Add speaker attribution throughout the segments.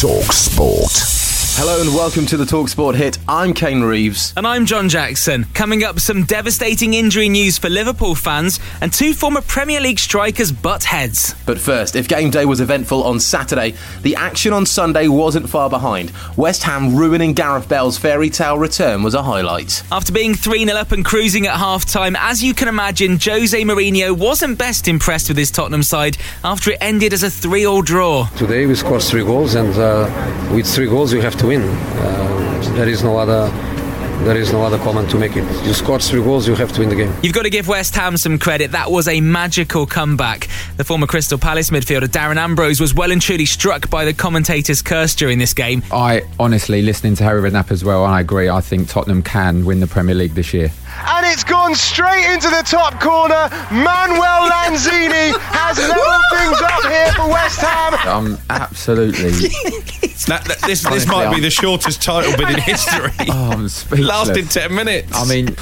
Speaker 1: Talk Sport.
Speaker 2: Hello and welcome to the Talksport hit. I'm Kane Reeves.
Speaker 3: And I'm John Jackson. Coming up, some devastating injury news for Liverpool fans and two former Premier League strikers butt heads.
Speaker 2: But first, if game day was eventful on Saturday, the action on Sunday wasn't far behind. West Ham ruining Gareth Bell's fairy tale return was a highlight.
Speaker 3: After being 3 0 up and cruising at half time, as you can imagine, Jose Mourinho wasn't best impressed with his Tottenham side after it ended as a 3 all draw.
Speaker 4: Today we scored three goals, and uh, with three goals you have to win. Uh, there is no other. There is no other comment to make it. You scored three goals, you have to win the game.
Speaker 3: You've got to give West Ham some credit. That was a magical comeback. The former Crystal Palace midfielder Darren Ambrose was well and truly struck by the commentator's curse during this game.
Speaker 5: I honestly, listening to Harry Redknapp as well, and I agree. I think Tottenham can win the Premier League this year.
Speaker 6: and it's gone straight into the top corner. Manuel Lanzini has leveled things up here for West Ham.
Speaker 5: I'm absolutely.
Speaker 7: That, that- this this might be the shortest title bid in history.
Speaker 5: oh, I'm speechless.
Speaker 7: Lasted 10 minutes.
Speaker 5: I mean,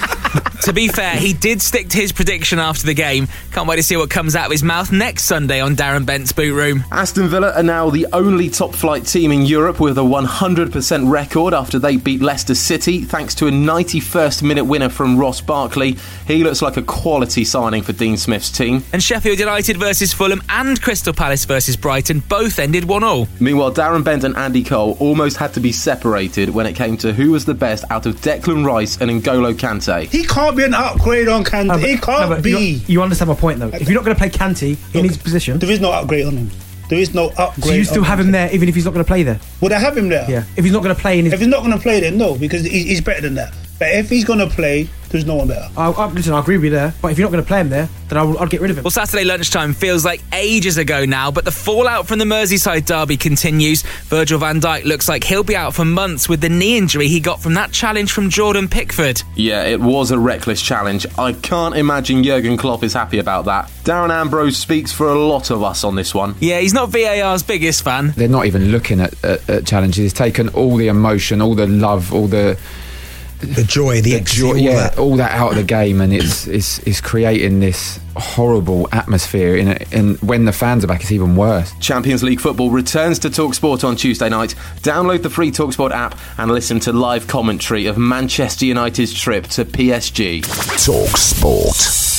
Speaker 3: To be fair, he did stick to his prediction after the game. Can't wait to see what comes out of his mouth next Sunday on Darren Bent's boot room.
Speaker 2: Aston Villa are now the only top flight team in Europe with a 100% record after they beat Leicester City thanks to a 91st minute winner from Ross Barkley. He looks like a quality signing for Dean Smith's team.
Speaker 3: And Sheffield United versus Fulham and Crystal Palace versus Brighton both ended 1 0.
Speaker 2: Meanwhile, Darren Bent and Andy Cole almost had to be separated when it came to who was the best out of Declan Rice and N'Golo Kante.
Speaker 8: He can't be an upgrade on Kante.
Speaker 9: No, Ah, but-
Speaker 8: he
Speaker 9: no,
Speaker 8: can't
Speaker 9: but
Speaker 8: be.
Speaker 9: You, you understand my point, though. If you're not going to play Canty in his position,
Speaker 8: There is no upgrade on him. There is no upgrade.
Speaker 9: so you still
Speaker 8: on
Speaker 9: have him there, even if he's not going to play there.
Speaker 8: Would I have him there?
Speaker 9: Yeah. If he's not going to play in his,
Speaker 8: If he's not going to play, then no, because he- he's better than that. But if he's going to play, there's no one better.
Speaker 9: I, I, listen, I agree with you there. But if you're not going to play him there, then I will, I'd get rid of him.
Speaker 3: Well, Saturday lunchtime feels like ages ago now, but the fallout from the Merseyside derby continues. Virgil van Dijk looks like he'll be out for months with the knee injury he got from that challenge from Jordan Pickford.
Speaker 2: Yeah, it was a reckless challenge. I can't imagine Jurgen Klopp is happy about that. Darren Ambrose speaks for a lot of us on this one.
Speaker 3: Yeah, he's not VAR's biggest fan.
Speaker 5: they're not even looking at, at, at challenges. It's taken all the emotion, all the love, all the,
Speaker 10: the joy, the,
Speaker 5: the
Speaker 10: ecstasy, all
Speaker 5: yeah,
Speaker 10: that.
Speaker 5: all that out of the game, and it's it's it's creating this horrible atmosphere. In a, and when the fans are back, it's even worse.
Speaker 2: Champions League football returns to TalkSport on Tuesday night. Download the free TalkSport app and listen to live commentary of Manchester United's trip to PSG.
Speaker 1: Talk Sport.